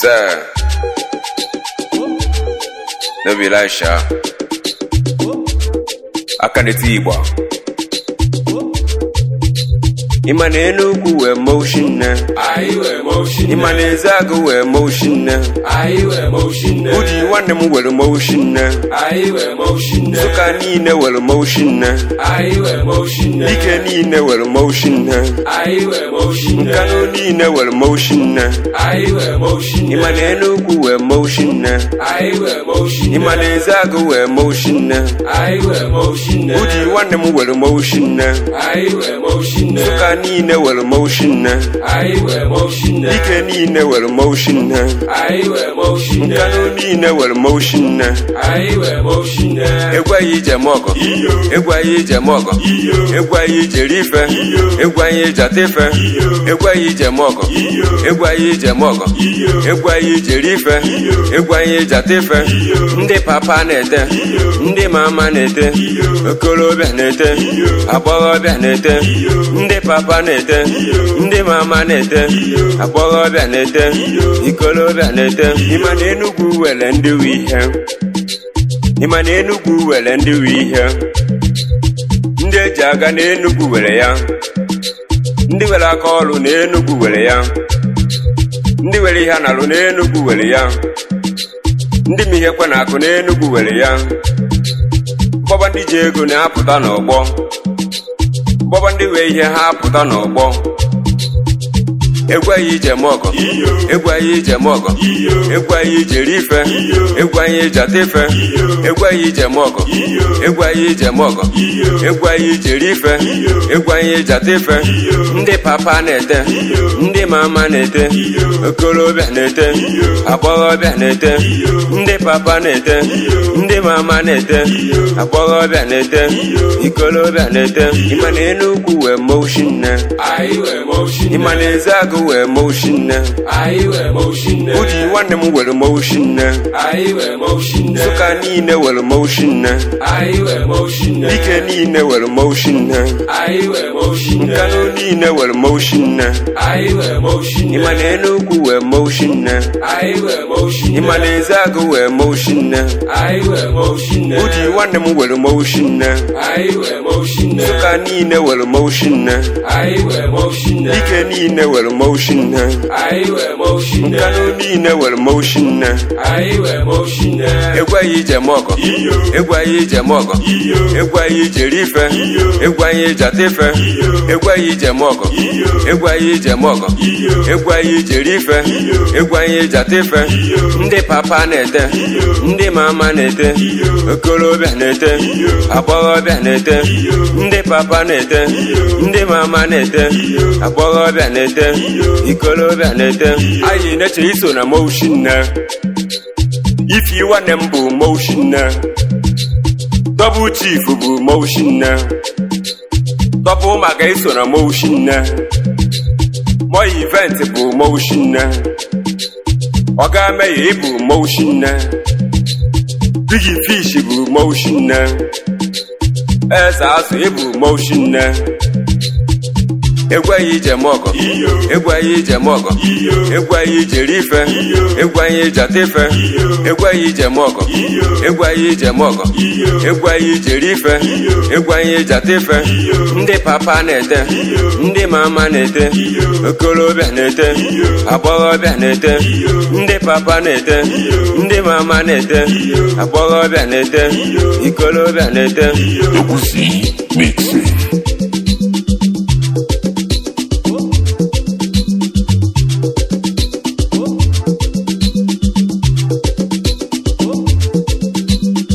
Sir, no be lie, sha. Aka na-eti Igba. Ịma na Enugwu wee motion eh? na. Ịma na Ezeagụ wee motion eh? na. Uji nwanne m were motion na. Nsụka niile were motion na. Dike niile were motion na. Nkanu niile were motion eh? na. Ịma na Enugwu wee motion eh? na. Ịma na Ezeagụ wee motion eh? na. Uji nwanne m were motion eh? na. Nsụka niile were motion na. Dike niile were motion na. Nkanu niile were motion na. egwu anyị ije eme ọgọ egwu anyị ije eme ọgọ egwu anyị ije eri ife egwu anyị ije ata ife egwu anyị ije eme ọgọ egwu anyị ije eme ọgọ egwu anyị ije eri ife egwu anyị ije ata ife ndị papa na-ete ndị mama na-ete okorobịa na-ete agbọghọbịa na-ete ndị papa na-ete ndị mama na-ete agbọghọbịa na-ete ikorobịa na-ete ịma na Enugwu were ndị wu ihe ịma na Enugwu were ndị wu ihe ndị eji aga na Enugwu were ya ndị were aka ọrụ na Enugwu were ya ndị were ihe a na-alụ na Enugwu were ya ndị ma ihe kwe na akụ na Enugwu were ya gbọba ndị ji ego na-apụta n'ọgbọ gbọba ndị wee ihe ha apụta n'ọgbọ egwu anyị ije eme ọgọ egwu anyị ije eme ọgọ egwu anyị ije eri ife egwu anyị ije ata ife egwu anyị ije eme ọgọ egwu anyị ije eme ọgọ egwu anyị ije eri ife egwu anyị ije ata ife ndị papa na-ete ndị mama na-ete okorobịa na-ete agbọghọbịa na-ete ndị papa na-ete ndị mama na-ete agbọghọbịa na-ete ikorobịa na-ete ịma na Enugwu wee motion na ịma na Ezeagụ wee motion na uji nwanne m were motion na Nsụka niile were motion na Dike niile were motion na Nkanu niile were motion na ịma na Enugwu wee motion na ịma na Ezeagụ wee motion na uji nwanne m were motion na Nsụka niile were motion na Dike niile were motion na Nkanu niile were motion na egwu anyị ije eme ọgọ egwu anyị ije eme ọgọ egwu anyị ije eri ife egwu anyị ije ata ife egwu anyị ije eme ọgọ egwu anyị ije eme ọgọ egwu anyị ije eri ife egwu anyị ije ata ife ndị papa na-ete ndị mama na-ete okorobịa na-ete agbọghọbịa na-ete ndị papa na-ete ndị mama na-ete agbọghọbịa na-ete ikorobịa na-ete anyị na-eche iso na motion na Ifi nwanne m bụ motion na Double chief bụ motion na Double maka iso na motion na Mo event bụ motion uh, na Oga Meyi bụ motion na Big fish bụ motion uh, na Eze azụ bụ motion uh, na egwu anyị ije eme ọgọ egwu anyị ije eme ọgọ egwu anyị ije eri ife egwu anyị ije ata ife egwu anyị ije eme ọgọ egwu anyị ije eme ọgọ egwu anyị ije eri ife egwu anyị ije ata ife ndị papa na-ete ndị mama na-ete okorobịa na-ete agbọghọbịa na-ete ndị papa na-ete ndị mama na-ete agbọghọbịa na-ete ikorobịa na-ete Double C mix.